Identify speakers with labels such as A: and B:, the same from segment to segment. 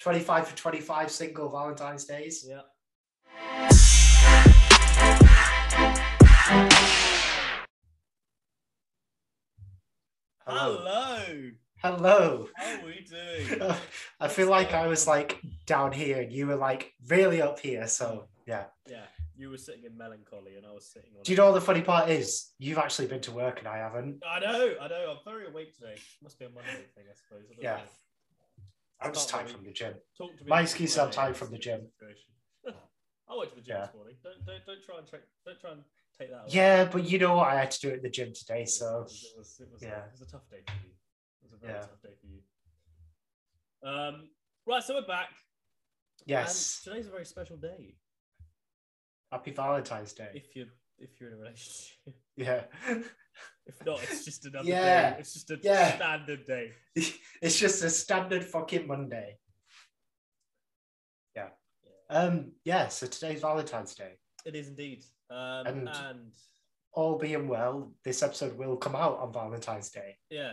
A: 25 for 25 single Valentine's Days.
B: Yeah.
A: Hello.
B: Hello.
A: Hello.
B: How are we doing?
A: I feel like I was like down here and you were like really up here. So yeah.
B: yeah, you were sitting in melancholy, and I was sitting on.
A: Do you know what the funny part is? You've actually been to work and I haven't.
B: I know, I know. I'm very awake today. Must be a Monday thing, I suppose. I don't
A: Yeah.
B: know.
A: I'm just
B: Start
A: tired from
B: worrying.
A: the gym.
B: Talk to me.
A: My
B: about
A: excuse,
B: Friday
A: I'm tired
B: and
A: from the
B: situation. I went to the gym
A: Yeah.
B: this morning. Don't don't don't try and take don't try and take that. Away.
A: Yeah, but you know what? I had to do it at the gym today.
B: It
A: So
B: was- it was, it was,
A: yeah.
B: Oh. a, it was a tough day for you. It was a very
A: Yeah.
B: tough day for you. Um, right, so we're back. and
A: yes,
B: today's a very special day
A: happy Valentine's Day.
B: if you if you're in a relationship.
A: Yeah.
B: If not, it's just another
A: Yeah.
B: day. It's just a
A: Yeah.
B: standard day.
A: it's just a standard fucking Monday. Yeah. Um, yeah, so today's Valentine's Day.
B: It is indeed. Um,
A: And-
B: and,
A: All being well, this episode will come out on Valentine's Day.
B: yeah,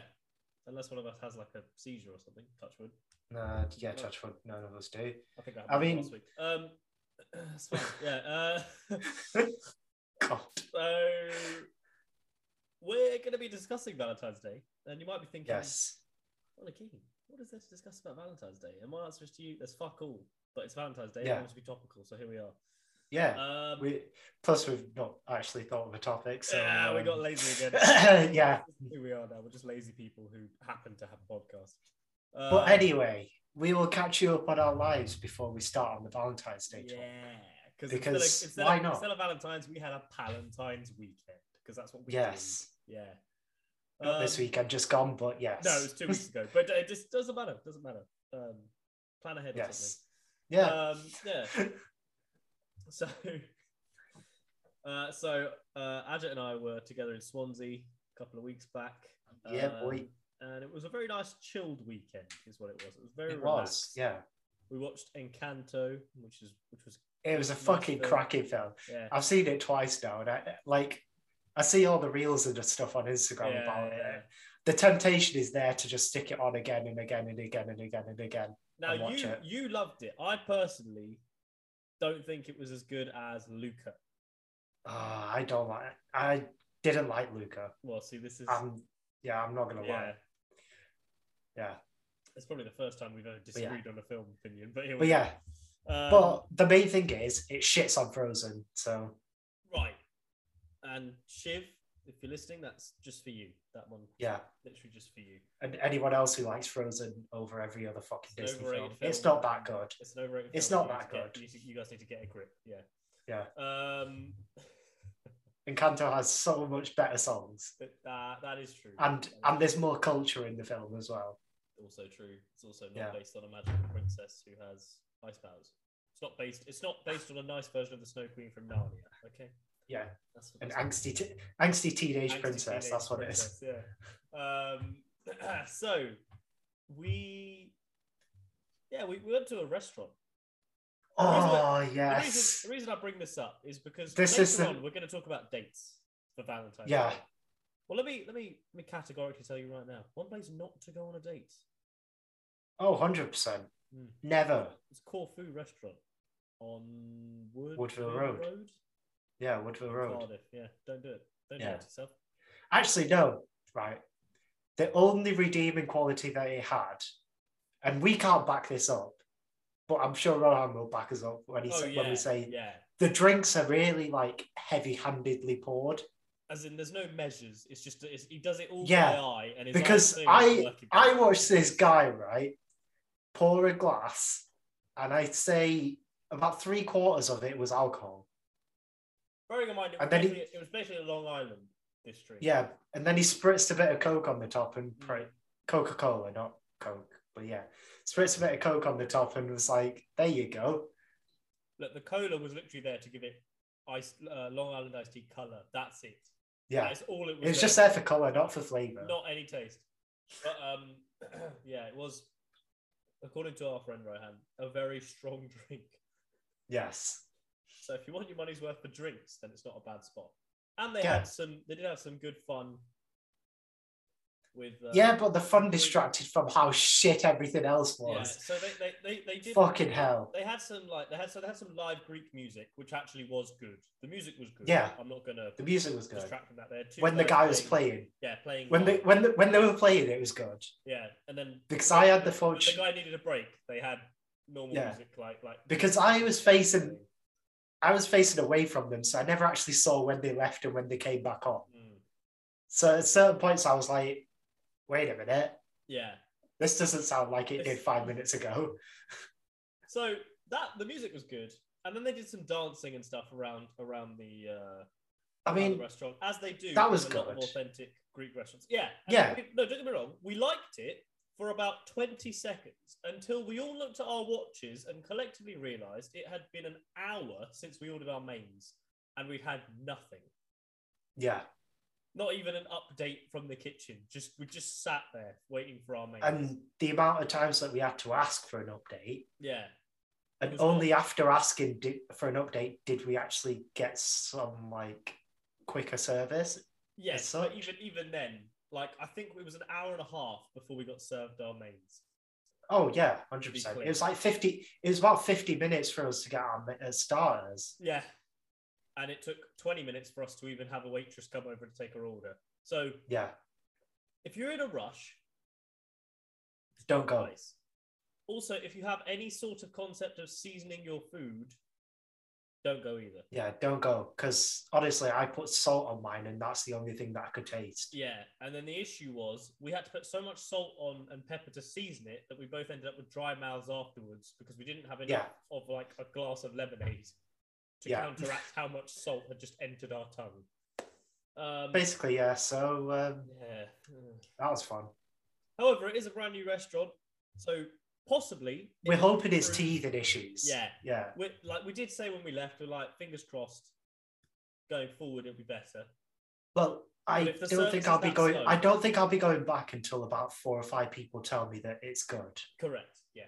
B: unless one of us has like a seizure or something, touch wood.
A: Uh, yeah,
B: Oh.
A: touch wood, none of us do.
B: I think I,
A: I
B: had mean,
A: mean-
B: last week. Um, it's fine. yeah. Uh,
A: God.
B: so we're going to be discussing Valentine's Day, and you might be thinking,
A: Yes.
B: Well, Akeem, what is there to discuss about Valentine's Day? And my answer is to you, there's fuck all. But it's Valentine's Day.
A: Yeah.
B: Yeah. It wants to be topical, so here we are.
A: Yeah.
B: Um,
A: we, plus, we've not actually thought of a topic. So,
B: yeah, we
A: um,
B: got lazy again.
A: yeah.
B: Here we are now. We're just lazy people who happen to have a podcast.
A: But
B: Um,
A: anyway, we will catch you up on our lives before we start on the Valentine's Day
B: yeah,
A: talk.
B: because
A: Because
B: instead of, instead,
A: why
B: of,
A: not?
B: instead of Valentine's, we had a Palentine's weekend because that's what we
A: Yes.
B: do. Yeah,
A: Not this
B: Um,
A: weekend, just gone, but yes.
B: No, it was two weeks ago, but it just doesn't matter. Doesn't matter. Um, plan ahead.
A: Yes.
B: Or
A: Yeah.
B: something. Um, yeah. So, uh, so uh, Ajit and I were together in Swansea a couple of weeks back.
A: Yeah, boy.
B: And it was a very nice, chilled weekend, is what it was. It was very
A: it was.
B: relaxed.
A: Yeah.
B: We watched Encanto, which is which was
A: It was a
B: Nice
A: fucking
B: film.
A: cracking film.
B: yeah.
A: I've seen it twice now, and I like. I see all the reels and the stuff on Instagram
B: yeah,
A: about
B: yeah.
A: it. The temptation is there to just stick it on again and again and again and again and again. and
B: Now
A: watch
B: you
A: it.
B: you loved it. I personally don't think it was as good as Luca.
A: Ah, I don't like. I didn't like Luca.
B: Well, see, this is
A: I'm. Yeah, I'm not gonna
B: yeah.
A: lie. Yeah,
B: It's probably the first time we've ever
A: yeah.
B: disagreed on a film opinion, but here we
A: but yeah.
B: go. Um,
A: but the main thing is, it shits on Frozen. So
B: Right. And Shiv, if you're listening, that's just for you. That one,
A: yeah,
B: literally just for you.
A: and anyone else who likes Frozen over every other fucking
B: It's
A: Disney
B: an
A: film,
B: overrated
A: it's
B: film.
A: not that good.
B: It's an overrated.
A: It's
B: film.
A: not
B: You
A: that
B: guys
A: good.
B: get- you, you guys need to get a grip. Yeah.
A: Yeah.
B: Um,
A: Encanto has so much better songs,
B: but that, that is true.
A: and
B: That
A: and
B: is
A: there's more culture in the film as well.
B: also true. It's also not
A: Yeah.
B: based on a magical princess who has ice powers. It's not based. It's not based on a nice version of the Snow Queen from Narnia. Okay.
A: Yeah,
B: That's
A: an
B: that's-
A: angsty, t- angsty teenage
B: Angsty
A: princess.
B: teenage
A: that's what it is.
B: princess, Yeah. Um, so we, yeah, we, we went to a restaurant.
A: Oh
B: The,
A: yes,
B: reason, the reason I bring this up is because
A: This
B: later
A: is the-
B: on we're going to talk about dates for Valentine's.
A: Yeah.
B: Day. Well, let me let me let me categorically tell you right now: one place not to go on a date.
A: oh 100 percent.
B: Mm.
A: Never.
B: It's Corfu Restaurant on Wood,
A: Woodville Road. Yeah, Woodville Road.
B: Cardiff. Yeah, don't do it. Don't do
A: Yeah.
B: it to yourself.
A: Actually, no. Right. The only redeeming quality that it had, and we can't back this up, but I'm sure Rohan will back us up when he
B: oh
A: sa-
B: yeah,
A: when we say
B: yeah.
A: the drinks are really like heavy-handedly poured.
B: As in, there's no measures. It's just it's, he does it all
A: Yeah,
B: by eye, and his
A: because
B: eyes
A: I-
B: don't work
A: I
B: again.
A: watched this guy, right, pour a glass, and I'd say about three quarters of it was alcohol.
B: Bearing in mind, it was,
A: and then he-
B: basically, it was basically a Long Island district.
A: Yeah, and then he spritzed a bit of Coke on the top and
B: Mm.
A: pr- Coca Cola, not Coke, but yeah, spritzed a bit of Coke on the top and was like, "There you go."
B: Look, the cola was literally there to give it ice, uh, Long Island iced tea color. That's it.
A: Yeah,
B: That's all it was.
A: it was just there for color, not for flavor.
B: not any taste. But um, yeah, it was, according to our friend Rohan, a very strong drink.
A: Yes,
B: So if you want your money's worth for drinks, then it's not a bad spot. And they
A: Yeah.
B: had some. They did have some good fun. with uh,
A: yeah, but the fun distracted from how shit everything else
B: yeah,
A: was.
B: so they they they, they did
A: Fucking hell.
B: They had some like they had so they had some live Greek music, which actually was good. The music was good.
A: Yeah.
B: I'm not gonna
A: The music was good.
B: distract from that. There two
A: When the
B: guys
A: guy was playing,
B: yeah, playing
A: when they
B: live.
A: when the, when they were playing, it was good
B: yeah, and then
A: because I had the
B: when the
A: fortune
B: guy needed a break. They had normal
A: Yeah.
B: music like like
A: because I was facing I was facing away from them, so I never actually saw when they left and when they came back on.
B: Mm.
A: So at certain points, I was like, "Wait a minute,
B: yeah.
A: this doesn't sound like it did
B: This-
A: five minutes ago."
B: So that the music was good, and then they did some dancing and stuff around around the. Uh,
A: I
B: around the
A: mean,
B: restaurant as they do.
A: that was
B: with a lot of
A: good.
B: authentic Greek restaurants. Yeah, and
A: Yeah.
B: we- no, don't get me wrong. We liked it for about twenty seconds until we all looked at our watches and collectively realised it had been an hour since we ordered our mains and we had nothing.
A: yeah,
B: Not even an update from the kitchen. Just we just sat there waiting for our mains.
A: and the amount of times that we had to ask for an update,
B: yeah,
A: and
B: was
A: only after asking di- for an update did we actually get some like quicker service.
B: yes. But
A: such.
B: even even then, like I think it was an hour and a half before we got served our mains.
A: Oh yeah, hundred
B: Be
A: percent.
B: clear.
A: It was like fifty. It was about fifty minutes for us to get our uh, starters.
B: Yeah. And it took 20 minutes for us to even have a waitress come over to take our order. So
A: Yeah,
B: if you're in a rush,
A: don't go.
B: guys. Also, if you have any sort of concept of seasoning your food, don't go either.
A: Yeah, don't go. Because honestly, I put salt on mine, and that's the only thing that I could taste.
B: Yeah. And then the issue was we had to put so much salt on and pepper to season it that we both ended up with dry mouths afterwards because we didn't have enough of like a glass of lemonade to
A: Yeah.
B: counteract how much salt had just entered our tongue. Um,
A: Basically, yeah. So um,
B: yeah.
A: that was fun.
B: However, it is a brand new restaurant, so possibly
A: We're hoping it's
B: Fruit.
A: teething issues.
B: Yeah.
A: yeah,
B: we like we did say when we left, we're like fingers crossed. Going forward, it'll be better.
A: Well, I
B: if the
A: don't
B: service
A: think
B: is
A: I'll be
B: that
A: going.
B: slow-
A: I don't think I'll be going back until about four or five people tell me that it's good.
B: Correct. Yeah.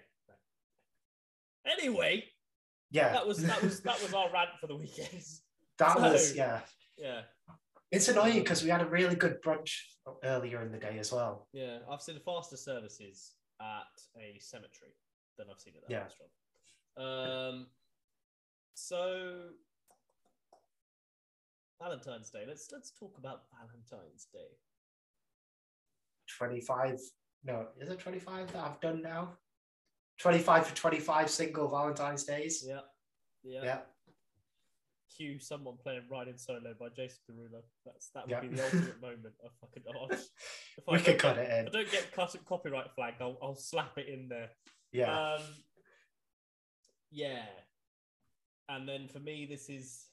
B: Anyway,
A: Yeah,
B: that was that was that was our rant for the weekend.
A: That
B: so-
A: was- yeah.
B: Yeah,
A: It's annoying because we had a really good brunch earlier in the day as well.
B: yeah. I've seen faster services at a cemetery than I've seen at that
A: Yeah.
B: restaurant. Um, so Valentine's Day. Let's let's talk about Valentine's Day.
A: Twenty-five. No, is it twenty-five that I've done now? Twenty-five for twenty-five single Valentine's days.
B: Yeah. Yeah.
A: yeah.
B: Cue someone playing Riding Solo by Jason Derulo. That's that would
A: Yeah.
B: be the ultimate moment. I fucking I'll just- if I
A: We could
B: don't,
A: cut it
B: if I
A: in.
B: don't get cut copyright flag, I'll, I'll slap it in there.
A: Yeah.
B: Um, yeah. And then for me, this is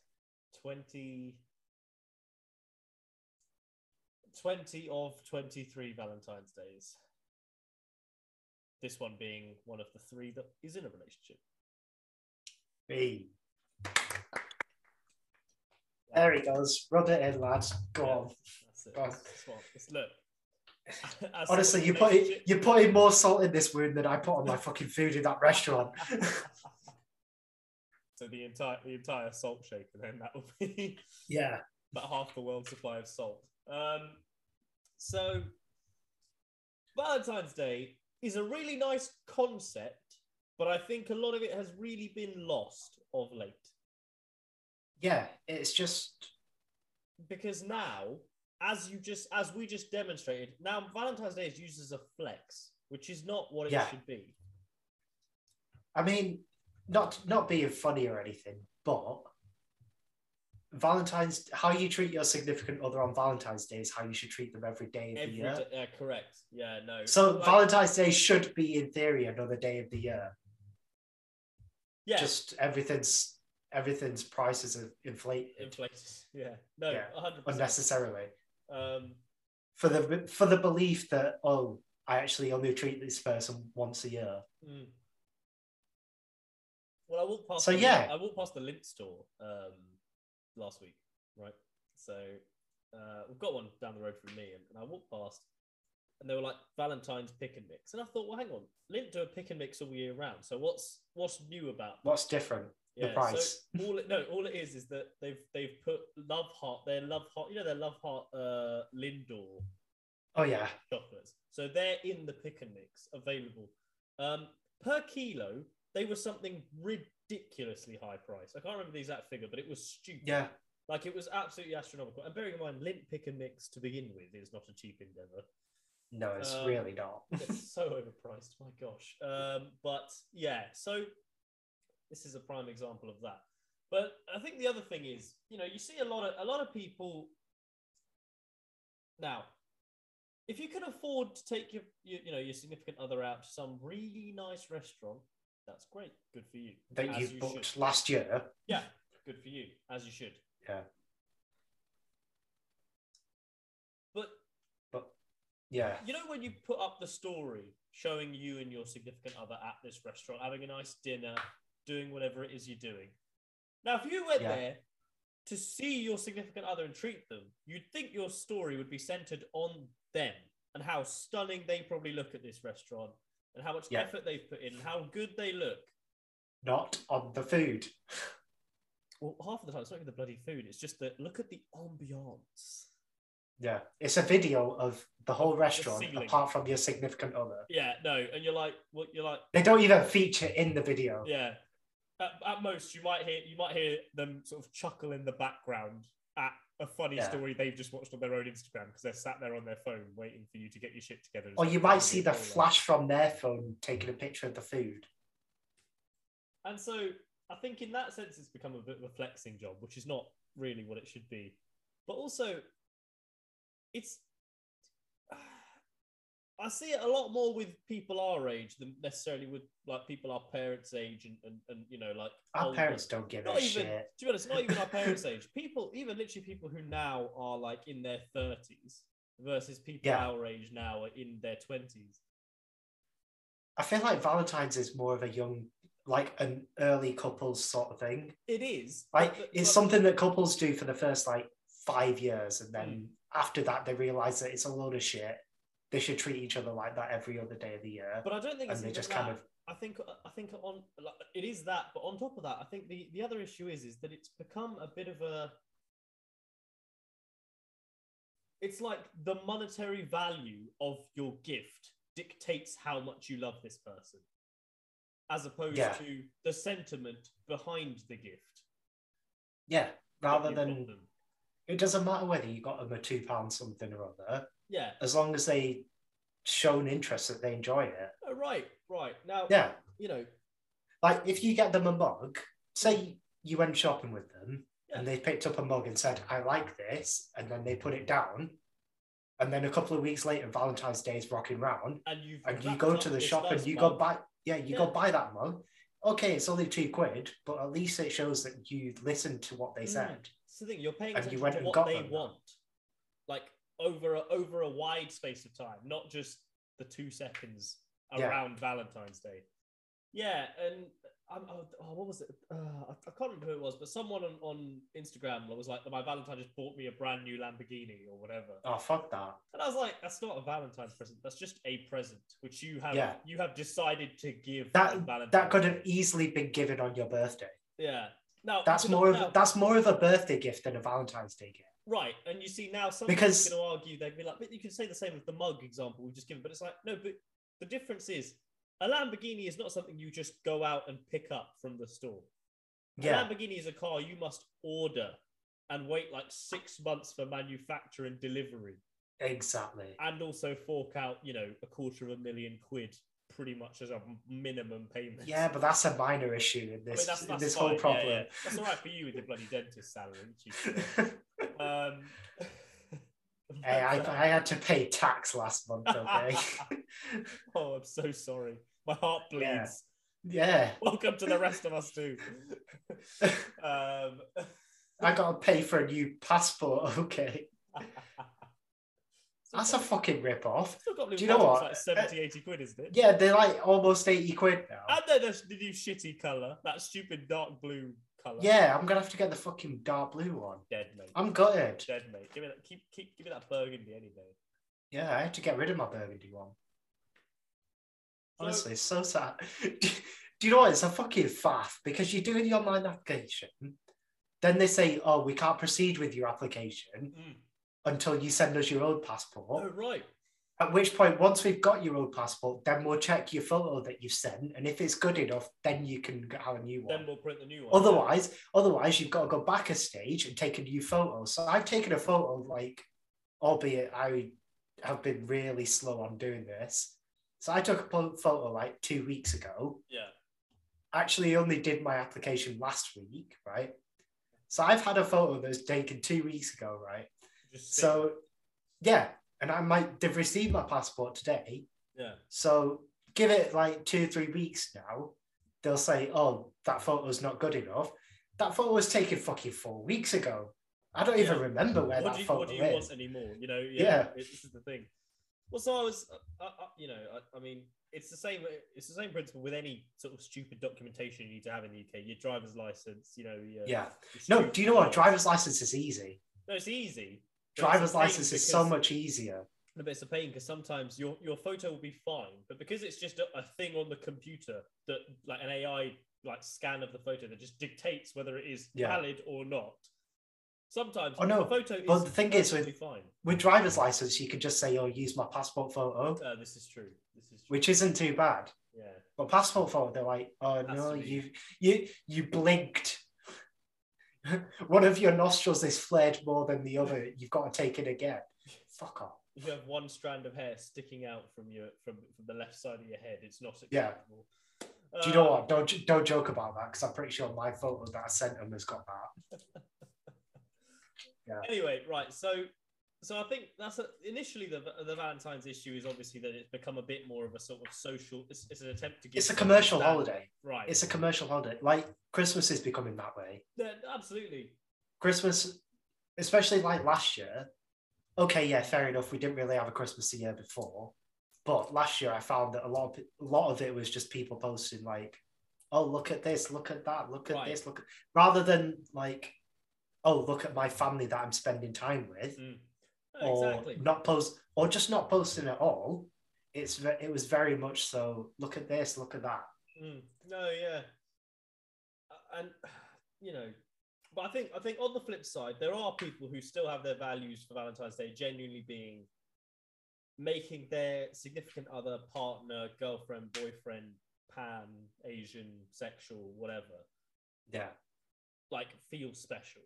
B: 20, 20 of 23 Valentine's Days. This one being one of the three that is in a relationship.
A: Hey. There he goes. Rub it in, lads. Go
B: Yeah,
A: on.
B: That's it.
A: Go on.
B: That's what- it's- look. As
A: Honestly,
B: someone
A: you
B: who
A: put
B: knows
A: it, you're putting more salt in this wound than I put on my fucking food in that restaurant.
B: so the entire the entire salt shaker, then that will be
A: Yeah.
B: about half the world's supply of salt. Um, so Valentine's Day is a really nice concept, but I think a lot of it has really been lost of late.
A: Yeah. It's just
B: because now, as you just as we just demonstrated, now Valentine's Day is used as a flex, which is not what it
A: Yeah.
B: should be.
A: I mean, not not being funny or anything, but Valentine's how you treat your significant other on Valentine's Day is how you should treat them every day of
B: Every
A: the
B: day,
A: year.
B: yeah, correct. Yeah, no.
A: So
B: Like,
A: Valentine's Day should be in theory another day of the year.
B: yeah,
A: Just everything's everything's prices are inflated
B: inflates. Yeah, no,
A: Yeah,
B: hundred percent.
A: unnecessarily.
B: Um,
A: for the for the belief that oh I actually only treat this person once a year.
B: mm. Well, I walked past.
A: Hmm. So,
B: the-
A: yeah.
B: I walked past the lint store um, last week, right? So uh, we've got one down the road from me, and, and I walked past, and they were like Valentine's pick and mix, and I thought, well, hang on, Lint do a pick and mix all year round. So what's what's new about that?
A: What's different? The price.
B: So all it no, all it is is that they've they've put love heart their love heart you know their love heart uh Lindor
A: Oh yeah,
B: chocolates. So they're in the pick and mix available. Um, per kilo, they were something ridiculously high price. I can't remember the exact figure, but it was stupid.
A: yeah.
B: Like it was absolutely astronomical. And bearing in mind, lint pick and mix to begin with is not a cheap endeavor.
A: No, it's
B: Um,
A: really not.
B: It's so overpriced. My gosh. Um, but yeah, so this is a prime example of that. But I think the other thing is, you know, you see a lot of a lot of people now. If you can afford to take your, your you know your significant other out to some really nice restaurant, that's great. Good for you.
A: That
B: As
A: you
B: you
A: booked
B: should.
A: last year.
B: Yeah, good for you, as you should.
A: Yeah.
B: But
A: Yeah,
B: you know when you put up the story showing you and your significant other at this restaurant, having a nice dinner, doing whatever it is you're doing. Now, if you went
A: Yeah.
B: there to see your significant other and treat them, you'd think your story would be centered on them and how stunning they probably look at this restaurant and how much
A: Yeah.
B: effort they've put in and how good they look.
A: not on the food.
B: Well, half of the time, it's not even the bloody food. It's just that look at the ambiance.
A: Yeah, it's a video of the whole restaurant
B: ceiling.
A: apart from your significant other.
B: Yeah, no, and you're like, well, you're like,
A: They don't even feature in the video.
B: yeah. At, at most, you might hear you might hear them sort of chuckle in the background at a funny
A: Yeah.
B: story they've just watched on their own Instagram because they're sat there on their phone waiting for you to get your shit together.
A: Or you might see the flash from their phone taking a picture of the food.
B: And so, I think in that sense, it's become a bit of a flexing job, which is not really what it should be. But also, it's I see it a lot more with people our age than necessarily with like people our parents' age and and, and you know like
A: Our
B: older.
A: parents don't give
B: Not
A: a
B: even
A: Oh, shit.
B: to be honest, not even our parents' age. People, even literally people who now are like in their thirties versus people
A: Yeah.
B: our age now are in their twenties.
A: I feel like Valentine's is more of a young, like an early couples sort of thing.
B: It is
A: Like
B: but-
A: it's
B: but-
A: something that couples do for the first like five years, and then
B: Mm.
A: after that they realize that it's a load of shit. They should treat each other like that every other day of the year,
B: But I don't think
A: and
B: it's
A: they
B: even
A: just
B: that.
A: kind of
B: I think I think on like, it is that, but on top of that, I think the the other issue is is that it's become a bit of a. It's like the monetary value of your gift dictates how much you love this person, as opposed
A: Yeah.
B: to the sentiment behind the gift.
A: yeah.
B: that
A: Rather
B: you've got
A: than
B: them.
A: it doesn't matter whether you got them a two pound something or other,
B: yeah,
A: as long as they show an interest that they enjoy it.
B: oh, right, right now,
A: Yeah,
B: you know,
A: like if you get them a mug, say you went shopping with them and they picked up a mug and said, I like this, and then they put it down. And then a couple of weeks later, Valentine's Day is rocking round,
B: and you've
A: and you
B: wrapped
A: go
B: up
A: to the
B: this
A: shop and
B: nice
A: you go
B: mug.
A: buy, yeah, you go
B: Yeah.
A: buy that mug. Okay, it's only two quid, but at least it shows that you listened to what they
B: Mm.
A: said.
B: It's the thing you're paying
A: And you
B: attention
A: went
B: to
A: and
B: what
A: got
B: they
A: them.
B: want, like over a, over a wide space of time, not just the two seconds
A: Yeah.
B: around Valentine's Day. Yeah, and I'm, oh, oh, what was it? Uh, I, I can't remember who it was, but someone on, on Instagram was like, "My Valentine just bought me a brand new Lamborghini or whatever,"
A: Oh, fuck that.
B: and I was like, "That's not a Valentine's present. That's just a present which you have
A: Yeah.
B: you have decided to give
A: That-
B: on Valentine's
A: That could have
B: Day.
A: easily been given on your birthday.
B: yeah." Now
A: That's
B: you know,
A: more
B: now-
A: of that's more of a birthday gift than a Valentine's Day gift.
B: Right, and you see now someone's
A: Because-
B: going to argue they'd be like, but you could say the same of the mug example we've just given, but it's like no, but the difference is a Lamborghini is not something you just go out and pick up from the store. A
A: Yeah,
B: Lamborghini is a car you must order and wait like six months for manufacture and delivery,
A: exactly.
B: and also fork out you know a quarter of a million quid pretty much as a minimum payment.
A: Yeah, but that's a minor issue in
B: I mean,
A: this
B: that's-
A: in
B: that's
A: this
B: fine,
A: whole
B: yeah,
A: problem.
B: yeah. That's all right for you with your bloody dentist salary. Jesus. Um,
A: Hey, I,
B: uh,
A: I had to pay tax last month, okay?
B: oh, I'm so sorry. My heart bleeds.
A: Yeah. yeah,
B: Welcome to the rest of us too. um,
A: I got to pay for a new passport, okay? That's a fucking rip-off.
B: Still got
A: Do you know what?
B: It's like 70, 80 quid, isn't it?
A: Yeah, they're like almost 80 quid now.
B: And then there's the new shitty colour, that stupid dark blue colour.
A: Yeah, I'm going to have to get the fucking dark blue one.
B: Dead mate.
A: I'm gutted.
B: Dead mate. Give me that. Keep keep. Give me that burgundy any day.
A: Yeah, I had to get rid of my burgundy one.
B: So-
A: Honestly, it's so sad. Do you know what? It's a fucking faff because you do the online application, then they say, oh, we can't proceed with your application
B: Mm.
A: until you send us your own
B: Oh
A: passport.
B: right.
A: At which point, once we've got your old passport, then we'll check your photo that you've sent, and if it's good enough, then you can get- have a new
B: Then
A: one.
B: we'll print the new one.
A: Otherwise, otherwise you've got to go back a stage and take a new photo. So I've taken a photo, like, albeit I have been really slow on doing this. So I took a po- photo like two weeks ago.
B: yeah,
A: Actually, only did my application last week, right? So I've had a photo that was taken two weeks ago, right?
B: just sit-
A: So, yeah, and I might have received my passport today.
B: yeah,
A: So give it like two, three weeks now. They'll say, oh, that photo's not good enough. That photo was taken fucking four weeks ago. I don't even
B: Yeah.
A: remember where
B: what
A: that
B: do you,
A: photo
B: what do you
A: is.
B: want anymore? You know,
A: Yeah.
B: yeah, it- this is the thing. Well, so I was, I, I, you know, I, I mean, it's the same. It's the same principle with any sort of stupid documentation you need to have in the UK. Your driver's license, you know. Your,
A: Yeah.
B: your
A: No,
B: stupid
A: do you know what?
B: cards.
A: Driver's license is easy.
B: No, it's easy. but it's a
A: Driver's
B: pain
A: license is so
B: because-
A: much easier.
B: No, but it's a pain because sometimes your your photo will be fine, but because it's just a, a thing on the computer that like an AI like scan of the photo that just dictates whether it is
A: Yeah.
B: valid or not. Sometimes
A: Oh, no,
B: the photo
A: but
B: is
A: the thing is with-
B: perfectly fine.
A: With driver's license, you can just say, oh, use my passport photo,
B: Uh, this is true. This is true.
A: which isn't too bad.
B: yeah.
A: But passport photo, they're like, oh
B: Has
A: no,
B: to be.
A: you you you blinked. One of your nostrils is flared more than the other. You've got to take it again. Fuck off.
B: If you have one strand of hair sticking out from your from, from the left side of your head, it's not
A: Yeah.
B: acceptable.
A: Do you know
B: Uh,
A: what? Don't j- don't joke about that because I'm pretty sure my photo that I sent him has got that.
B: anyway, right. So, so I think that's a, initially the the Valentine's issue is obviously that it's become a bit more of a sort of social. It's, it's an attempt to give.
A: It's a
B: people
A: commercial
B: standing-
A: holiday.
B: right?
A: It's a commercial holiday. Like Christmas is becoming that way.
B: Yeah, absolutely.
A: Christmas, especially like last year. Okay, yeah, fair enough. We didn't really have a Christmas the year before, but last year I found that a lot of pe- a lot of it was just people posting like, "Oh, look at this, look at that, look at
B: Right.
A: this, look," at... rather than like, "Oh, look at my family that I'm spending time with."
B: Mm.
A: or
B: Exactly.
A: not post or just not posting at all it's ve- it was very much so look at this look at that
B: Mm. No, yeah, Uh, and you know, but I think I think on the flip side, there are people who still have their values for Valentine's Day genuinely being making their significant other, partner, girlfriend, boyfriend, pan, Asian, sexual, whatever,
A: yeah
B: like feel special.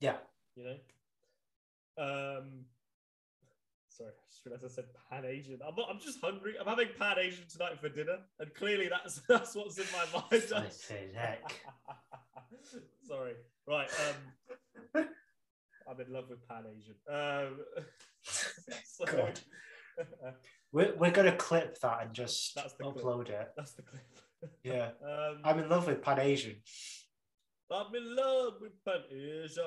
A: yeah
B: you know. Um, sorry, I just realized I said pan Asian. I'm not. I'm just hungry. I'm having pan Asian tonight for dinner, and clearly that's that's what's in my mind.
A: Flipping heck.
B: sorry. Right. Um, I'm in love with pan Asian. Um, so-
A: God. we're, we're gonna clip that and just
B: That's the clip.
A: upload it
B: That's the clip.
A: yeah
B: Um,
A: i'm in love with pan asian
B: I'm in love with Pan Asian.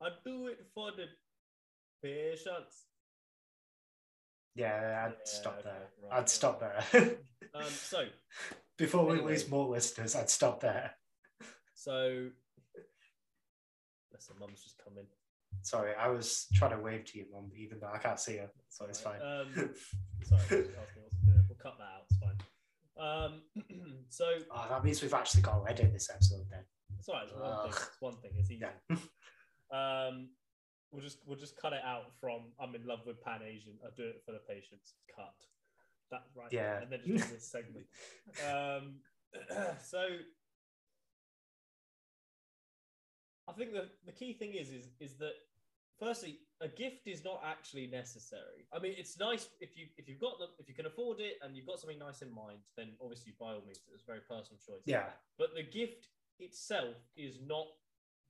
B: I do it for the patients.
A: yeah i'd
B: Yeah,
A: stop
B: okay,
A: there
B: right,
A: i'd
B: right.
A: stop there
B: Um, so,
A: before we
B: Anyway.
A: lose more listeners i'd stop there
B: so, listen, mum's just come in.
A: sorry i was trying to wave to you mum even though i can't see her Oh, so Oh, it's
B: Alright,
A: fine
B: Um, sorry, she asked me what to do. We'll cut that out. It's fine. Um, so
A: oh that means we've actually got to edit this episode then
B: it's alright. It's one thing.
A: Ugh.
B: It's one thing. It's easy.
A: Yeah.
B: Um, we'll just we'll just cut it out from "I'm in love with Pan Asian." I do it for the patients. Cut that right.
A: Yeah.
B: and then just do this segment. Um, so I think the the key thing is is is that firstly, a gift is not actually necessary. I mean, it's nice if you if you've got the if you can afford it and you've got something nice in mind, then obviously by all means, it's a very personal choice.
A: yeah
B: But the gift itself is not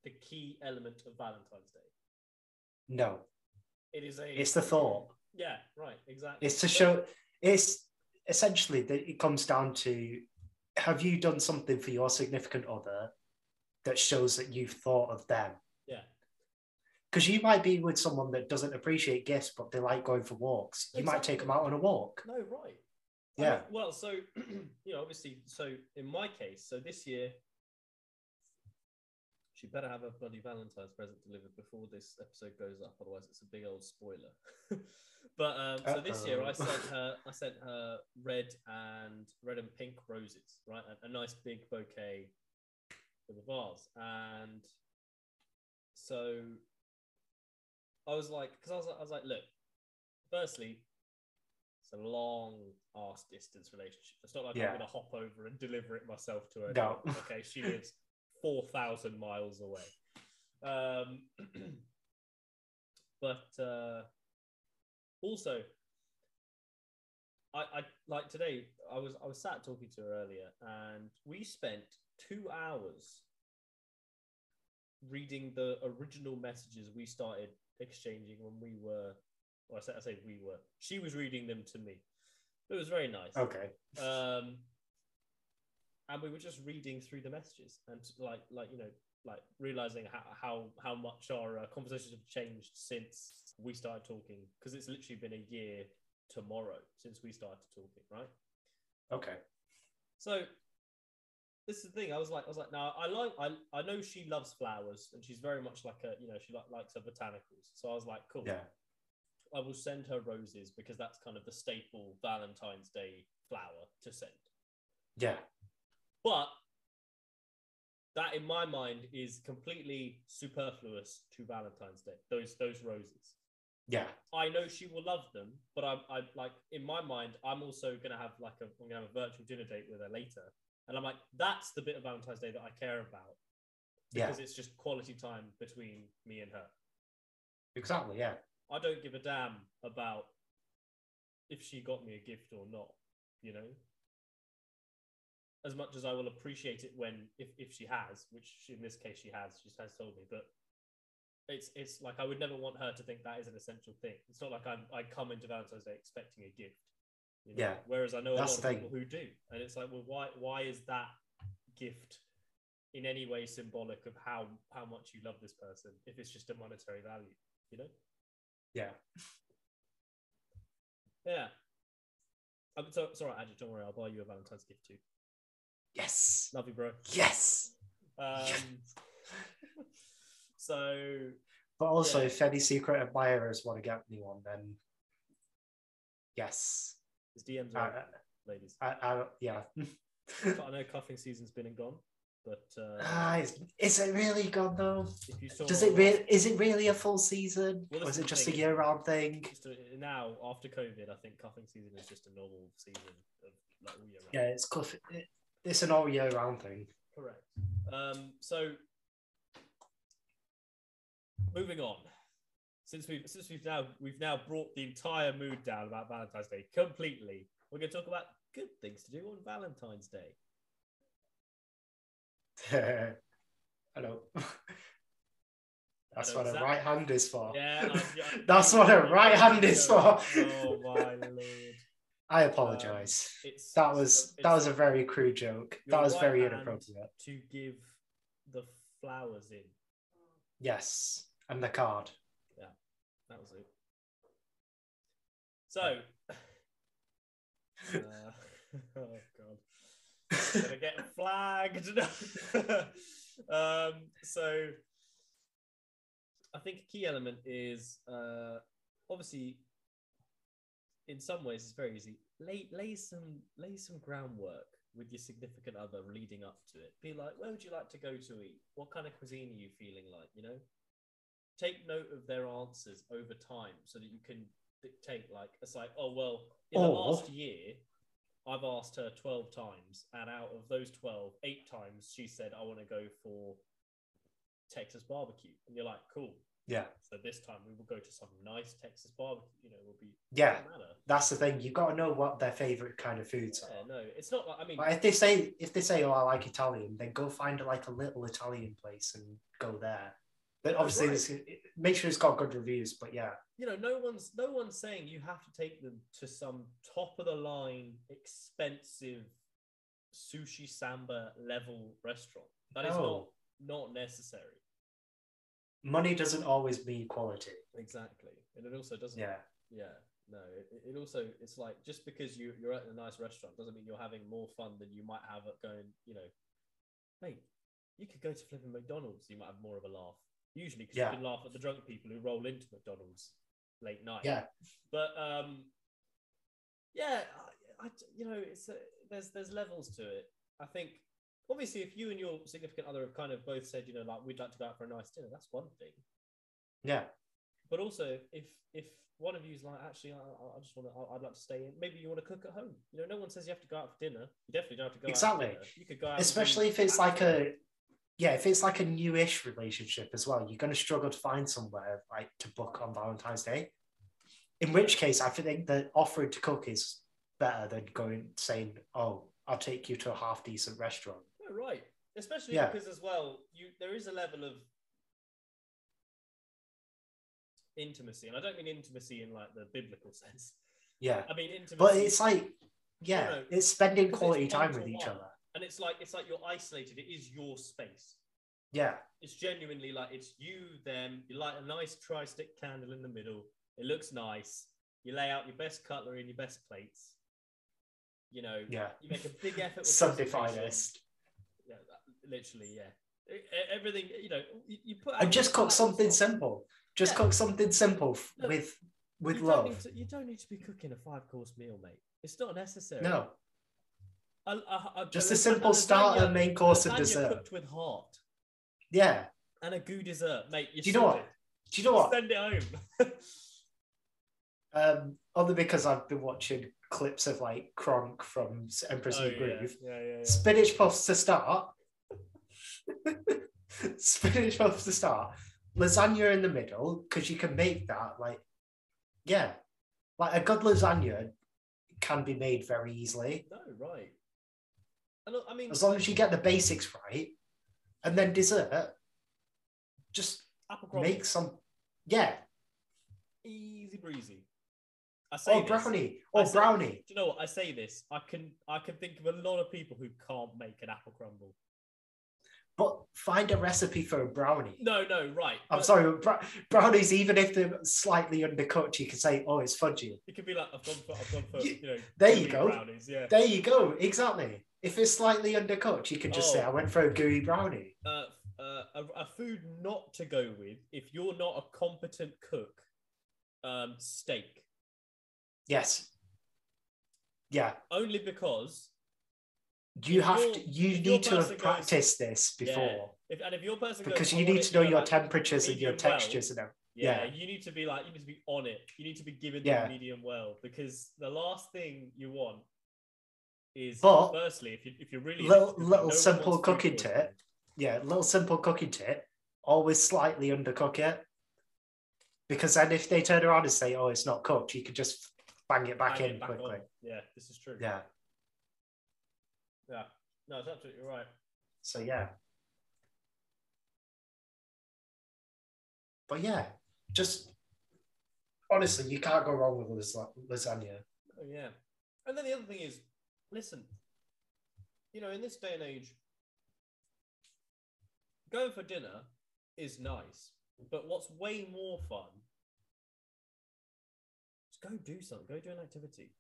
B: the key element of Valentine's Day.
A: no
B: It is a
A: it's the thought
B: Yeah, right, exactly.
A: It's to
B: But-
A: show. It's essentially that it comes down to: Have you done something for your significant other that shows that you've thought of them?
B: Yeah.
A: Because you might be with someone that doesn't appreciate gifts, but they like going for walks. You might take them out on a walk.
B: No, right. I
A: Yeah.
B: mean, well, so you know, obviously, so in my case, so this year, she better have a bloody Valentine's present delivered before this episode goes up. Otherwise, it's a big old spoiler. but um, so this year, I
A: Uh-oh.
B: sent her, I sent her red and red and pink roses, right? A, a nice big bouquet with a vase, and so I was like, because I was, I was like, look, firstly, it's a long ass distance relationship. It's not like
A: Yeah.
B: I'm going to hop over and deliver it myself to her.
A: No.
B: Okay, she lives 4,000 miles away. Um, but uh, also, I, I like today. I was I was sat talking to her earlier, and we spent two hours reading the original messages we started exchanging when we were. Well, I say, I say we were. She was reading them to me. It was very nice.
A: Okay.
B: Um, and we were just reading through the messages and like like you know like realizing how how, how much our uh, conversations have changed since we started talking because it's literally been a year tomorrow since we started talking right
A: Okay.
B: so this is the thing. I was like, I was like, now I like, I, I know she loves flowers and she's very much like a, you know, she like, likes her botanicals. So I was like, cool.
A: Yeah.
B: I will send her roses because that's kind of the staple Valentine's Day flower to send.
A: Yeah.
B: But that, in my mind, is completely superfluous to Valentine's Day. Those those roses.
A: Yeah.
B: I know she will love them, but I'm, I'm like in my mind, I'm also gonna have like a I'm gonna have a virtual dinner date with her later, and I'm like, that's the bit of Valentine's Day that I care about
A: Yeah.
B: because it's just quality time between me and her.
A: Exactly. Yeah.
B: I don't give a damn about if she got me a gift or not, you know. As much as I will appreciate it when if, if she has, which she, in this case she has, she has told me, but it's it's like I would never want her to think that is an essential thing. It's not like I'm I come into Valentine's Day expecting a gift. You know?
A: Yeah.
B: Whereas I know a
A: That's
B: lot of
A: the thing.
B: people who do. And it's like, well why why is that gift in any way symbolic of how how much you love this person if it's just a monetary value, you know?
A: Yeah.
B: Yeah. I'm so, it's all right, Andrew. Don't worry. I'll buy you a Valentine's gift too.
A: Yes.
B: Love you, bro.
A: Yes.
B: Um, so,
A: But also,
B: Yeah.
A: if any secret admirers want to get me one, then yes.
B: his DMs
A: I,
B: are
A: I,
B: open, ladies.
A: I, yeah.
B: But I know cuffing season's been and gone, but uh,
A: Ah, is, is it really gone though?
B: if you saw
A: Does it re- is it really a full season?
B: Well,
A: or is
B: this is
A: it
B: the
A: just a
B: thing, isn't it?
A: year round thing?
B: just, uh, now after COVID, I think cuffing season is just a normal season of like all year round.
A: Yeah, it's cuff- it, it's an all year round thing.
B: Correct. Um, so moving on. Since we've since we've now we've now brought the entire mood down about Valentine's Day completely, we're gonna talk about good things to do on Valentine's Day.
A: Hello. That's
B: Hello,
A: what
B: is that-
A: a right hand is for.
B: Yeah, I- yeah.
A: Oh. That's what a right hand is for.
B: Oh my lord.
A: I apologize.
B: It's
A: that was
B: it's
A: that was a very crude joke.
B: Your
A: That was
B: right
A: very
B: hand-
A: inappropriate.
B: to give the flowers in.
A: Yes, and the card.
B: That was it. So Uh, oh god. I'm gonna get flagged. um, so I think a key element is uh, obviously in some ways it's very easy. Lay lay some lay some groundwork with your significant other leading up to it. Be like, where would you like to go to eat? What kind of cuisine are you feeling like? You know? Take note of their answers over time so that you can dictate like it's like, oh well, in the
A: Or-
B: last year I've asked her 12 times, and out of those 12, eight times she said, I want to go for Texas barbecue. And you're like, cool.
A: Yeah,
B: So this time we will go to some nice Texas barbecue. You know, we'll be.
A: yeah.
B: doesn't matter.
A: That's the thing. You've got to know what their favorite kind of foods
B: Yeah,
A: are.
B: no, it's not like, I mean,
A: But if they say if they say, "Oh, I like Italian," then go find like a little Italian place and go there. But
B: Yeah,
A: obviously,
B: right.
A: this, make sure it's got good reviews. But yeah,
B: you know, no one's no one's saying you have to take them to some top of the line, expensive sushi samba level restaurant. That is
A: No.
B: not not necessary.
A: Oh. money doesn't always mean quality.
B: Exactly, and it also doesn't
A: Yeah,
B: Yeah, no. It, it also it's like just because you you're at a nice restaurant doesn't mean you're having more fun than you might have at going. You know, hey, you could go to flipping McDonald's. You might have more of a laugh usually because
A: Yeah.
B: you can laugh at the drunk people who roll into McDonald's late night.
A: Yeah.
B: but um, yeah, I, I you know it's a, there's there's levels to it. I think obviously if you and your significant other have kind of both said you know like we'd like to go out for a nice dinner, that's one thing
A: yeah.
B: But also, if if one of you's like, actually, I, I- I just want to, I'd like to stay in. Maybe you want to cook at home. You know, no one says you have to go out for dinner. You definitely don't have to go
A: Exactly.
B: out. for dinner. You could go out, and
A: especially
B: do
A: if it's like
B: absolutely-
A: a yeah if it's like a newish relationship as well you're going to struggle to find somewhere like to book on valentine's day in which case i think that offering to cook is better than going saying oh i'll take you to a half decent restaurant
B: Oh, right. Especially
A: Yeah.
B: because as well, you there is a level of intimacy, and I don't mean intimacy in like the biblical sense.
A: yeah
B: I mean intimacy,
A: but it's like yeah
B: No, no.
A: it's spending
B: Because it's
A: quality time with
B: one-to-one.
A: each other
B: and it's like it's like you're isolated. It is your space.
A: yeah
B: It's genuinely like it's you, them. You light a nice tri-stick candle in the middle. It looks nice. You lay out your best cutlery and your best plates. You know,
A: yeah
B: you make a big effort. With
A: sunday
B: presentation.
A: finest
B: Yeah, that- literally, yeah. E- e- Everything, you know, you, you put.
A: and
B: out-
A: just cook
B: out-
A: something simple just
B: Yeah.
A: cook something simple f-
B: No,
A: with with
B: you Don't
A: love
B: need to, you don't need to be cooking a five course meal, mate. It's not necessary.
A: no
B: I, I, I,
A: just
B: a
A: a simple starter main course and dessert
B: cooked with heart
A: yeah
B: and a good dessert, mate. You,
A: Do you know
B: should
A: what? Do you know what?
B: Send it home.
A: Um, only because I've been watching clips of like Kronk from Emperor's
B: Oh,
A: New Groove.
B: Yeah, yeah, yeah. yeah.
A: Spinach puffs to start. Spinach puffs to start. Lasagna in the middle because you can make that like, yeah, like a good lasagna can be made very easily
B: no, right. And look, I mean,
A: as long as you get the basics right, and then dessert. Just
B: apple crumble,
A: make some, yeah,
B: easy breezy. I say
A: or
B: this.
A: brownie
B: I
A: or
B: say-
A: brownie.
B: Do you know what? I say this. I can I can think of a lot of people who can't make an apple crumble.
A: But find a recipe for a brownie.
B: No, no, right.
A: I'm
B: but
A: sorry, but bra- brownies, even if they're slightly undercooked, you can say, oh, it's fudgy.
B: It could be like I've gone for I've gone for
A: You-
B: you, know
A: there you
B: gooey
A: go.
B: brownies, yeah.
A: There you go, exactly. If it's slightly undercooked, you can just say,
B: Oh.
A: I went for a gooey brownie.
B: uh, uh, a, a food not to go with if you're not a competent cook um steak
A: Yes. Yeah,
B: only because
A: you
B: If
A: have
B: your-
A: to, you
B: if your
A: need to have
B: person goes-
A: practiced this
B: Yeah,
A: before
B: if and if your person goes,
A: because
B: "I
A: you
B: want
A: need
B: it
A: to know
B: in
A: your
B: like-"
A: temperatures and your
B: medium well.
A: textures and everything.
B: yeah,
A: yeah.
B: you need to be like you need to be on it you need to be given
A: Yeah.
B: the medium well because the last thing you want is
A: But-
B: firstly if you if you're really
A: Little-
B: interested,
A: little
B: one
A: simple
B: wants food
A: cooking
B: poisoning.
A: tip. Yeah, little simple cooking tip always slightly undercook it because then if they turn around and say, oh, it's not cooked, you can just bang it back
B: Bang it
A: in
B: back on.
A: quickly.
B: yeah this is true
A: Yeah.
B: yeah no it's absolutely right
A: So yeah. But yeah, just honestly, you can't go wrong with lasa- lasagna.
B: Oh yeah, and then the other thing is, listen, you know, in this day and age, going for dinner is nice, but what's way more fun is go do something, go do an activity,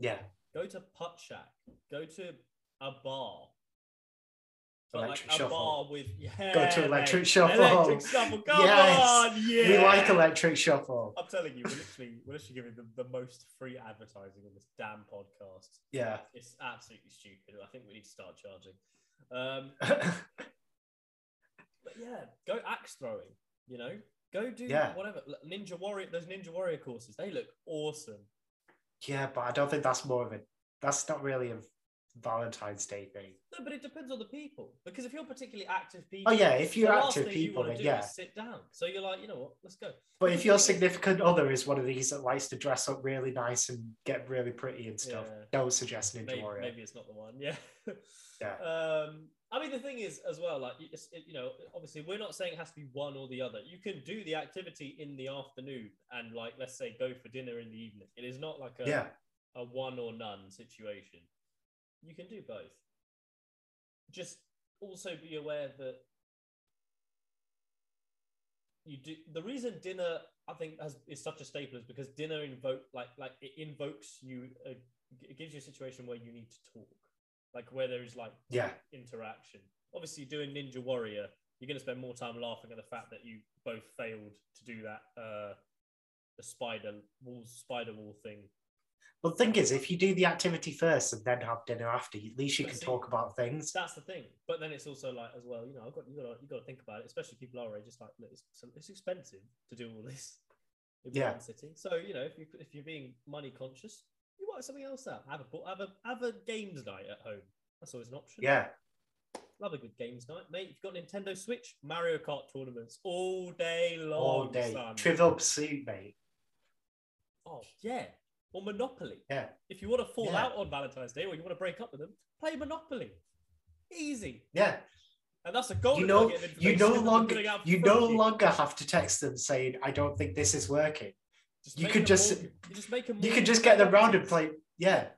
A: Yeah,
B: go to putt shack, go to a bar.
A: Electric
B: like a
A: Shuffle.
B: bar with yeah,
A: Go to Electric
B: mate.
A: Shuffle.
B: Electric shuffle, come
A: Yes.
B: on, yeah.
A: we like electric shuffle.
B: I'm telling you, we're literally we're literally giving the, the most free advertising on this damn podcast.
A: Yeah,
B: It's absolutely stupid. I think we need to start charging. Um, but yeah, go axe throwing. You know, go do
A: Yeah.
B: whatever. Like, Ninja warrior. Those ninja warrior courses. They look awesome.
A: yeah, but I don't think that's more of a. That's not really a Valentine's Day thing.
B: No, but it depends on the people. Because if you're particularly active people,
A: Oh yeah, if you're
B: the last
A: active
B: thing
A: people,
B: you want
A: then
B: to do
A: yeah.
B: is sit down. So you're like, you know what? Let's go.
A: But if your significant other is one of these that likes to dress up really nice and get really pretty and stuff,
B: Yeah.
A: don't suggest Ninja
B: maybe,
A: Warrior.
B: maybe it's not the one. Yeah.
A: Yeah.
B: Um, I mean, the thing is, as well, like it's, it, you know, obviously, we're not saying it has to be one or the other. You can do the activity in the afternoon and, like, let's say, go for dinner in the evening. It is not like a
A: Yeah,
B: a one or none situation. You can do both. Just also be aware that you do the reason dinner I think has is such a staple is because dinner invoke like like it invokes you uh, it gives you a situation where you need to talk like where there is like
A: yeah,
B: interaction. Obviously, doing Ninja Warrior, you're going to spend more time laughing at the fact that you both failed to do that uh, the spider wall spider wall thing
A: Well, the thing is, if you do the activity first and then have dinner after, at least you
B: But
A: can
B: see-
A: talk about things.
B: That's the thing. But then it's also like as well, you know, I've got you got you got to think about it, especially people our age. It's like look, it's, so it's expensive to do all this in
A: Yeah.
B: one city. So you know, if you if you're being money conscious, you work something else out. Have a bo- have a have a games night at home. That's always an option.
A: Yeah,
B: love a good games night, mate. You've got Nintendo Switch, Mario Kart tournaments all day long.
A: all day.
B: son.
A: Trivial pursuit, mate.
B: Oh yeah, or Monopoly.
A: Yeah.
B: If you want to fall
A: Yeah.
B: out on Valentine's Day or you want to break up with them, play Monopoly. Easy.
A: Yeah,
B: And that's a golden
A: You know-
B: nugget of
A: you
B: information
A: no
B: that we're
A: longer-
B: putting out for
A: you no
B: free.
A: longer have to text them saying, "I don't think this is working."
B: Just
A: you
B: make
A: could
B: a
A: just-
B: mortgage- you just make a
A: You
B: mortgage
A: can just get them round and
B: properties.
A: play. Yeah,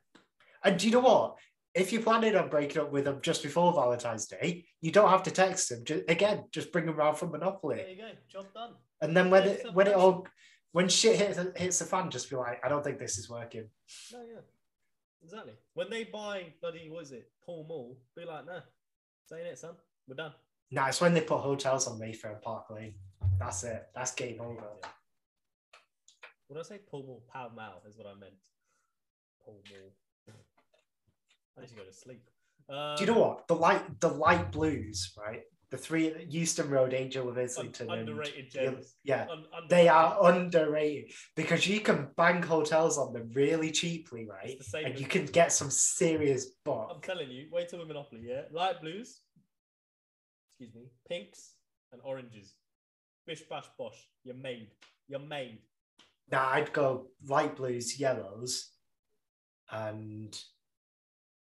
A: and do you know what? If you're planning on breaking up with them just before Valentine's Day, you don't have to text them. Ju- again, just bring them round from Monopoly.
B: There you go. Job done.
A: And then when
B: Yeah,
A: it
B: it's
A: when it
B: not
A: all when shit hits hits the fan, just be like, I don't think this is working.
B: No, yeah. Exactly. When they buy bloody what is it, Paul Mall, be like, nah, this ain't it, son. We're done.
A: Nah, it's when they put hotels on Mayfair and Park Lane. That's it. That's game over.
B: Yeah. When I say Paul Mall, Pall Mall is what I meant. Paul Mall. I need to go to sleep. Um,
A: Do you know what? The light the light blues, right? The three Euston Road, Angel of
B: un-
A: Islington. and-
B: Um, underrated gems.
A: yeah.
B: Un- underrated.
A: They are underrated because you can bang hotels on them really cheaply,
B: It's
A: right?
B: the same
A: And
B: as-
A: you can get some serious
B: I'm
A: buck.
B: telling you, wait till we're Monopoly, yeah? Light blues, excuse me, pinks and oranges. Bish bash bosh. You're made. You're made.
A: Now I'd go light blues, yellows, and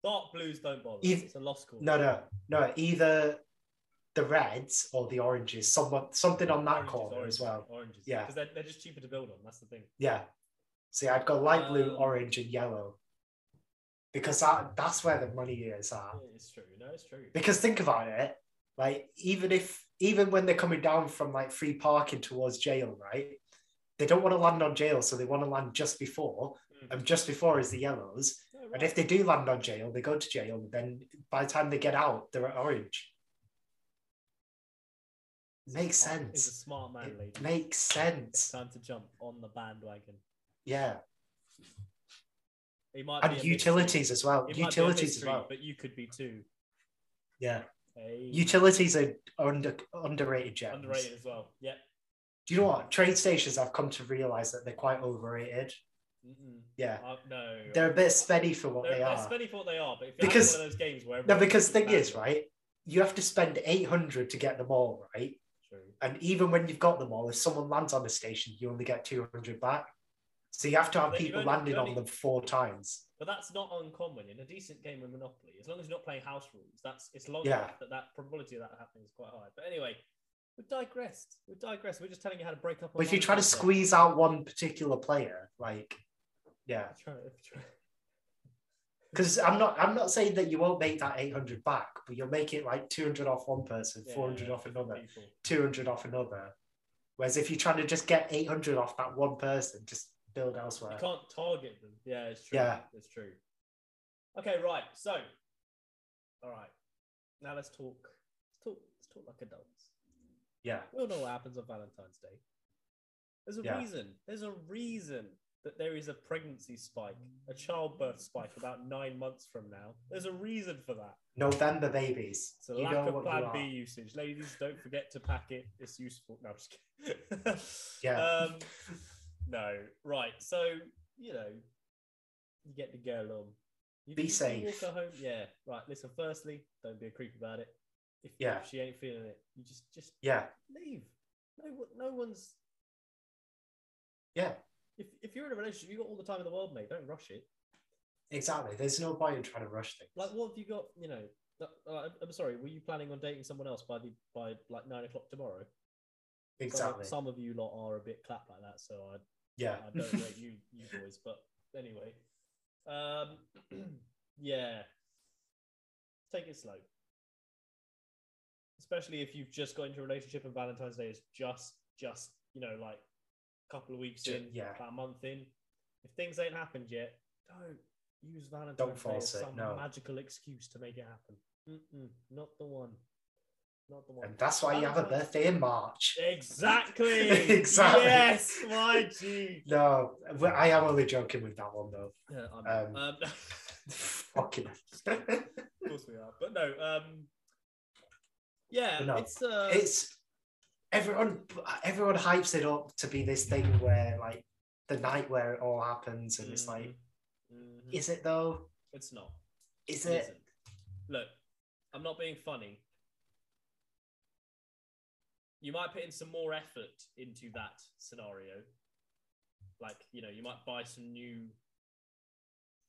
B: Dark blues don't bother.
A: If-
B: it's a lost cause.
A: No, no, no. Either the reds or the oranges. Someone, something on that
B: Oranges,
A: corner as
B: oranges,
A: well.
B: Oranges.
A: Yeah.
B: Because they're, they're just cheaper to build on. That's the thing.
A: Yeah. See, I'd go light blue,
B: Um,
A: orange, and yellow because that that's where the money is at.
B: Yeah, it's true. No, it's true.
A: Ah. Because think about it, like even if even when they're coming down from like free parking towards jail, right? They don't want to land on jail, so they want to land just before,
B: Mm.
A: and just before is the yellows.
B: No,
A: And
B: right.
A: if they do land on jail, they go to jail. Then by the time they get out, they're at orange. Makes
B: Mark Is a
A: sense.
B: smart man, lady.
A: It makes
B: It's
A: sense.
B: time to jump on the bandwagon.
A: Yeah,
B: He might be
A: and
B: a mystery.
A: utilities as well.
B: He might be a
A: Utilities as
B: mystery,
A: well.
B: But you could be too.
A: Yeah,
B: Hey,
A: utilities are under underrated gems.
B: underrated as well. Yep.
A: Do you know what train stations? I've come to realize that they're quite overrated.
B: Mm-mm.
A: Yeah,
B: Uh, no.
A: they're a bit spendy for what
B: They're,
A: they
B: they're
A: are.
B: spendy for what they are, but if you're
A: Because-
B: because, one of those games where
A: No,
B: everyone-
A: because thing is, right? You have to spend eight hundred to get them all, right?
B: True.
A: And even when you've got them all, if someone lands on a station, you only get 200 back. So you have to have
B: But you
A: people
B: only-
A: landing
B: you
A: on
B: only-
A: them four times.
B: But that's not uncommon in a decent game of Monopoly. As long as you're not playing house rules, that's it's long
A: Yeah.
B: enough that that probability of that happening is quite high. But anyway, we've digressed. We've digressed. We're just telling you how to break up. on
A: But if you try to
B: Valentine's Day.
A: squeeze out one particular player, like, yeah,
B: If you try- if you try-
A: because I'm not, I'm not saying that you won't make that 800 back, but you'll make it like 200 off one person,
B: yeah,
A: 400
B: yeah,
A: off another,
B: people.
A: 200 off another. Whereas if you're trying to just get 800 off that one person, just build
B: You
A: elsewhere.
B: can't target them. Yeah, it's true.
A: Yeah.
B: It's true. Okay, right. So, all right. Now let's talk. Let's talk. Let's talk like adults.
A: Yeah,
B: We all know what happens on Valentine's Day. There's a
A: Yeah.
B: reason. There's a reason that there is a pregnancy spike, a childbirth spike about nine months from now. There's a reason for that.
A: November babies.
B: It's a
A: you
B: lack
A: know
B: of
A: what you
B: Plan
A: are.
B: B usage. Ladies, don't forget to pack it. It's useful. No, I'm just kidding.
A: Yeah.
B: Um, no, right. So, you know, you get the girl on. You,
A: Be
B: you can Walk
A: safe.
B: her home. Yeah. Right. Listen, firstly, don't be a creep about it. If,
A: Yeah.
B: if she ain't feeling it, you just just
A: Yeah,
B: leave. No, one- no one's.
A: yeah,
B: If, if you're in a relationship, you've got all the time in the world, mate. Don't rush it.
A: exactly. There's no point in trying to rush things.
B: Like, what have you got? You know, uh, uh, I'm sorry. Were you planning on dating someone else by the by like nine o'clock tomorrow? Some-
A: exactly.
B: Some, of you lot are a bit clap like that, so I,
A: yeah.
B: I don't rate you, you boys. But anyway, um, yeah, take it slow. Especially if you've just got into a relationship and Valentine's Day is just, just you know, like a couple of weeks
A: Ju-
B: in,
A: yeah.
B: about a month in. If things ain't happened yet, don't use Valentine's Day
A: force
B: as
A: it,
B: some
A: no.
B: magical excuse to make it happen. Mm-mm, not the one. Not the one.
A: And that's why you have a
B: Valentine's-
A: birthday in March.
B: Exactly.
A: Exactly.
B: Yes, my G.
A: No, I am only joking with that one. one though.
B: Yeah,
A: Um,
B: I'm, um,
A: Fucking.
B: of course we are. But no, um, yeah,
A: No,
B: it's uh,
A: it's everyone. Everyone hypes it up to be this thing where like the night where it all happens, and it's like,
B: Mhm. Mhm.
A: is it though?
B: it's not.
A: Is
B: It
A: it?
B: isn't. Look, I'm not being funny. You might put in some more effort into that scenario. Like, you know, you might buy some new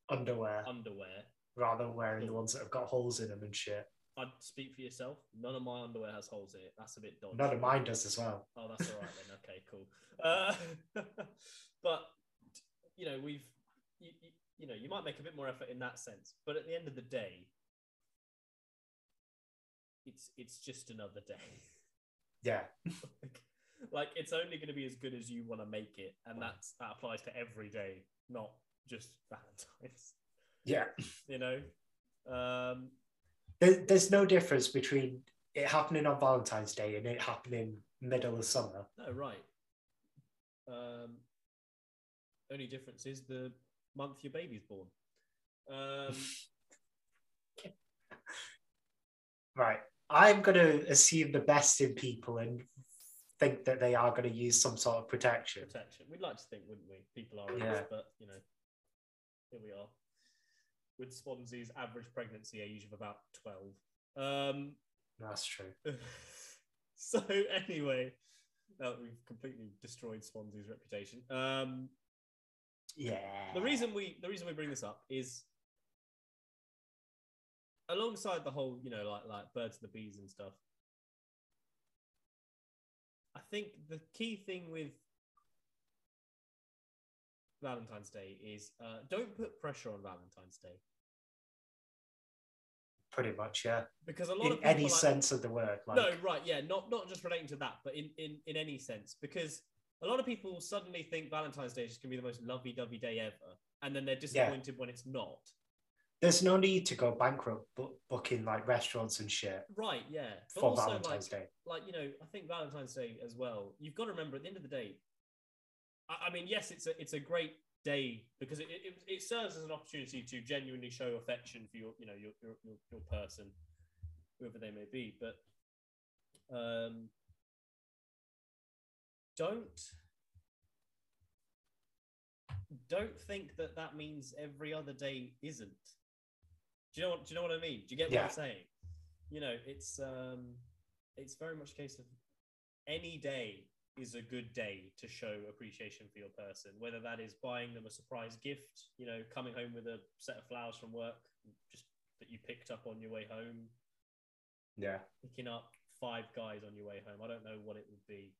B: Uh-huh.
A: Underwear
B: underwear.
A: rather than wearing the ones that have got holes in them and shit.
B: I'd speak for yourself. None of my underwear has holes in it. That's a bit dodgy.
A: None of mine does as well.
B: Oh, that's all right then. Okay, cool. Uh, but you know, we've you, you, you know, you might make a bit more effort in that sense, but at the end of the day, it's it's just another day.
A: Yeah,
B: like, like, it's only going to be as good as you want to make it, and that's that applies to every day, not just Valentine's.
A: yeah.
B: You know, um,
A: There, there's no difference between it happening on Valentine's Day and it happening middle of summer.
B: No, right. Um, only difference is the month your baby's born. Um,
A: Right. I'm going to assume the best in people and think that they are going to use some sort of protection.
B: protection. We'd like to think, wouldn't we? People are,
A: Yeah.
B: but you know, here we are. With Swansea's average pregnancy age of about twelve. Um,
A: That's true.
B: so anyway, now that we've completely destroyed Swansea's reputation. Um,
A: Yeah.
B: the reason we the reason we bring this up is alongside the whole you know like like birds and the bees and stuff i think the key thing with valentine's day is uh, don't put pressure on valentine's day
A: Pretty much, yeah.
B: because a lot
A: In
B: of people
A: any
B: like-
A: sense of the word. Like,
B: no right yeah not not just relating to that but in in in any sense because a lot of people suddenly think valentine's day is just going to be the most lovey-dovey day ever and then they're disappointed when it's not
A: There's no need to go bankrupt bu- booking like restaurants and shit
B: Right, yeah. But
A: for
B: also,
A: Valentine's
B: like,
A: Day.
B: like, you know, I think Valentine's Day as well, you've got to remember at the end of the day, I, I mean, yes, it's a, it's a great day because it, it, it serves as an opportunity to genuinely show affection for your, you know, your, your, your, your person, whoever they may be. But um, don't don't think that that means every other day isn't. Do you know what? Do you know what I mean? Do you get what
A: Yeah.
B: I'm saying? You know, it's um, it's very much a case of any day is a good day to show appreciation for your person, whether that is buying them a surprise gift, you know, coming home with a set of flowers from work, just that you picked up on your way home,
A: Yeah.
B: picking up five guys on your way home. I don't know what it would be.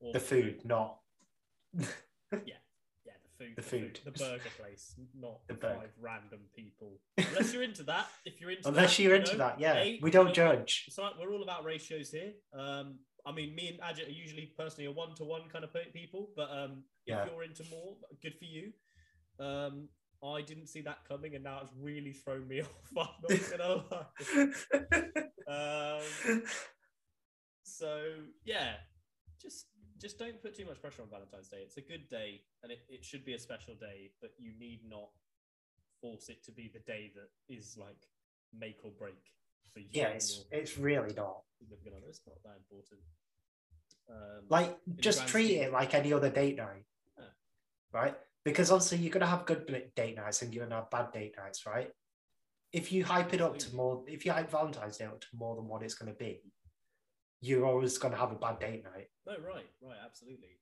B: Or
A: The food, not
B: Yeah, the food.
A: The food.
B: The burger place, not
A: The
B: five
A: burger.
B: random people. Unless you're into that. If you're into
A: unless
B: that,
A: you're
B: you
A: into
B: know,
A: that. Yeah.
B: hey,
A: we don't
B: look,
A: judge.
B: It's like we're all about ratios here. Um, I mean, me and Ajit are usually personally a one to one kind of pe- people, but um,
A: Yeah.
B: if you're into more, good for you. Um, I didn't see that coming, and now it's really thrown me off. I'm not gonna lie. Um, so yeah, just just don't put too much pressure on Valentine's Day. It's a good day, and it, it should be a special day, but you need not force it to be the day that is like make or break for you.
A: yeah,
B: and
A: it's,
B: your
A: it's really not.
B: significant other. It's not that important. Um,
A: Like,
B: the
A: just
B: grand
A: treat
B: scheme.
A: it like any other date night,
B: Yeah.
A: right? Because obviously, you're going to have good bl- date nights and you're going to have bad date nights, right? If you hype it up to
B: Absolutely.
A: more, if you hype Valentine's Day up to more than what it's going to be, you're always going to have a bad date night.
B: no, right, right, absolutely,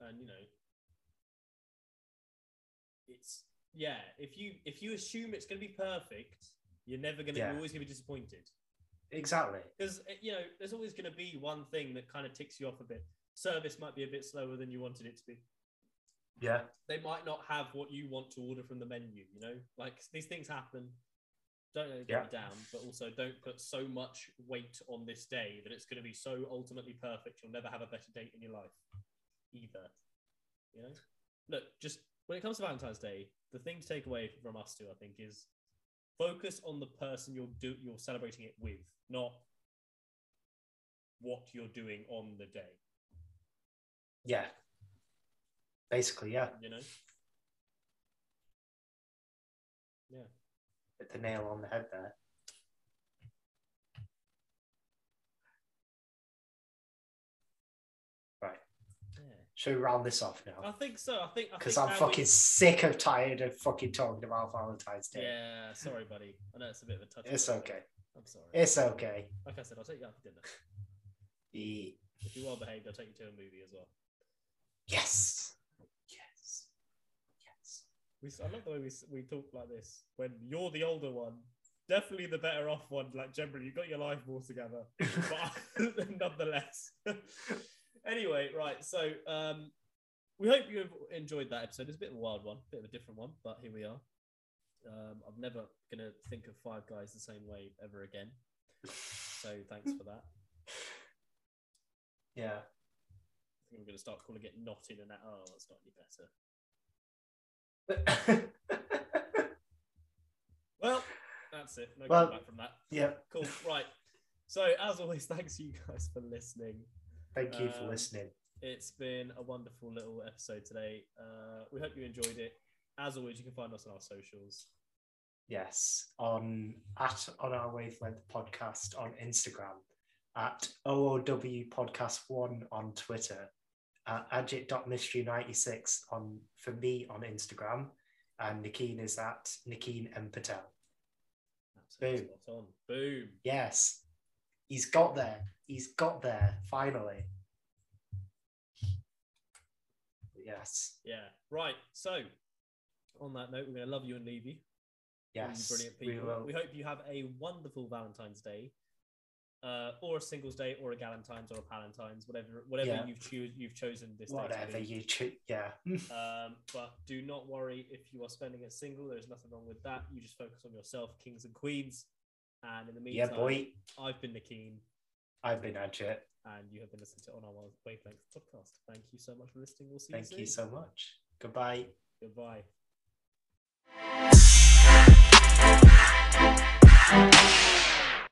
B: and you know, it's yeah. If you if you assume it's going to be perfect, you're never going to.
A: Yeah.
B: You're always going to be disappointed.
A: Exactly.
B: because uh, you know there's always going to be one thing that kind of ticks you off a bit service might be a bit slower than you wanted it to be
A: Yeah.
B: they might not have what you want to order from the menu you know like these things happen don't let it get you down but also don't put so much weight on this day that it's going to be so ultimately perfect you'll never have a better date in your life either you know look just when it comes to valentine's day the thing to take away from us two i think is focus on the person you're do you're celebrating it with not what you're doing on the day
A: Yeah. Basically, yeah.
B: you know Yeah.
A: Hit the nail on the head there.
B: Yeah.
A: Should we round this off
B: I
A: now?
B: think so. I think I
A: Because
B: think
A: I'm
B: now
A: fucking
B: we-
A: sick of tired of fucking talking about Valentine's Day.
B: Yeah, sorry, buddy. I know it's a bit of a touch.
A: It's okay.
B: I'm sorry.
A: It's okay.
B: Like I said, I'll take you out for dinner.
A: E-
B: If you're well behaved, I'll take you to a movie as well.
A: Yes. Yes. Yes.
B: We, I love the way we, we talk like this when you're the older one, definitely the better off one. Like generally, you got your life all together, but nonetheless. anyway, right. So um, we hope you enjoyed that episode. It's a bit of a wild one, bit of a different one, but here we are. Um, I'm never gonna think of Five Guys the same way ever again. So thanks for that.
A: Yeah.
B: I think I'm gonna start calling it Not In and Out. Oh, that's not any better. Well, that's it. No
A: Well-
B: well, back from that.
A: yeah.
B: Cool. Right. So, as always, thanks you guys for listening.
A: Thank you for
B: Um,
A: listening.
B: It's been a wonderful little episode today. Uh, we hope you enjoyed it. As always, you can find us on our socials.
A: Yes. On at on our wavelength podcast on Instagram, at OOW podcast one on Twitter, at agit.mystery96 on for me on Instagram, and Nikeen is at Nikeen M Patel.
B: Absolutely
A: Boom.
B: spot on. Boom.
A: Yes. He's got there. He's got there, finally. Yes.
B: Yeah. Right. So, on that note, we're going to love you and leave you. all you
A: Yes.
B: Um, brilliant
A: We
B: people.
A: will.
B: We hope you have a wonderful Valentine's Day, uh, or a Singles Day, or a Galentine's, or a Palentine's, whatever, whatever
A: Yeah.
B: you've choose you've chosen this day.
A: Whatever
B: to be.
A: you choose. Yeah.
B: Um, but do not worry if you are spending it single. There's nothing wrong with that. You just focus on yourself, kings and queens. And in the
A: yeah,
B: meantime,
A: boy.
B: I've been Nikeen,
A: I've been Ajit.
B: and you have been listening to On Our Wavelength podcast. Thank you so much for listening. We'll see
A: Thank
B: you soon.
A: you so much. Goodbye.
B: Goodbye.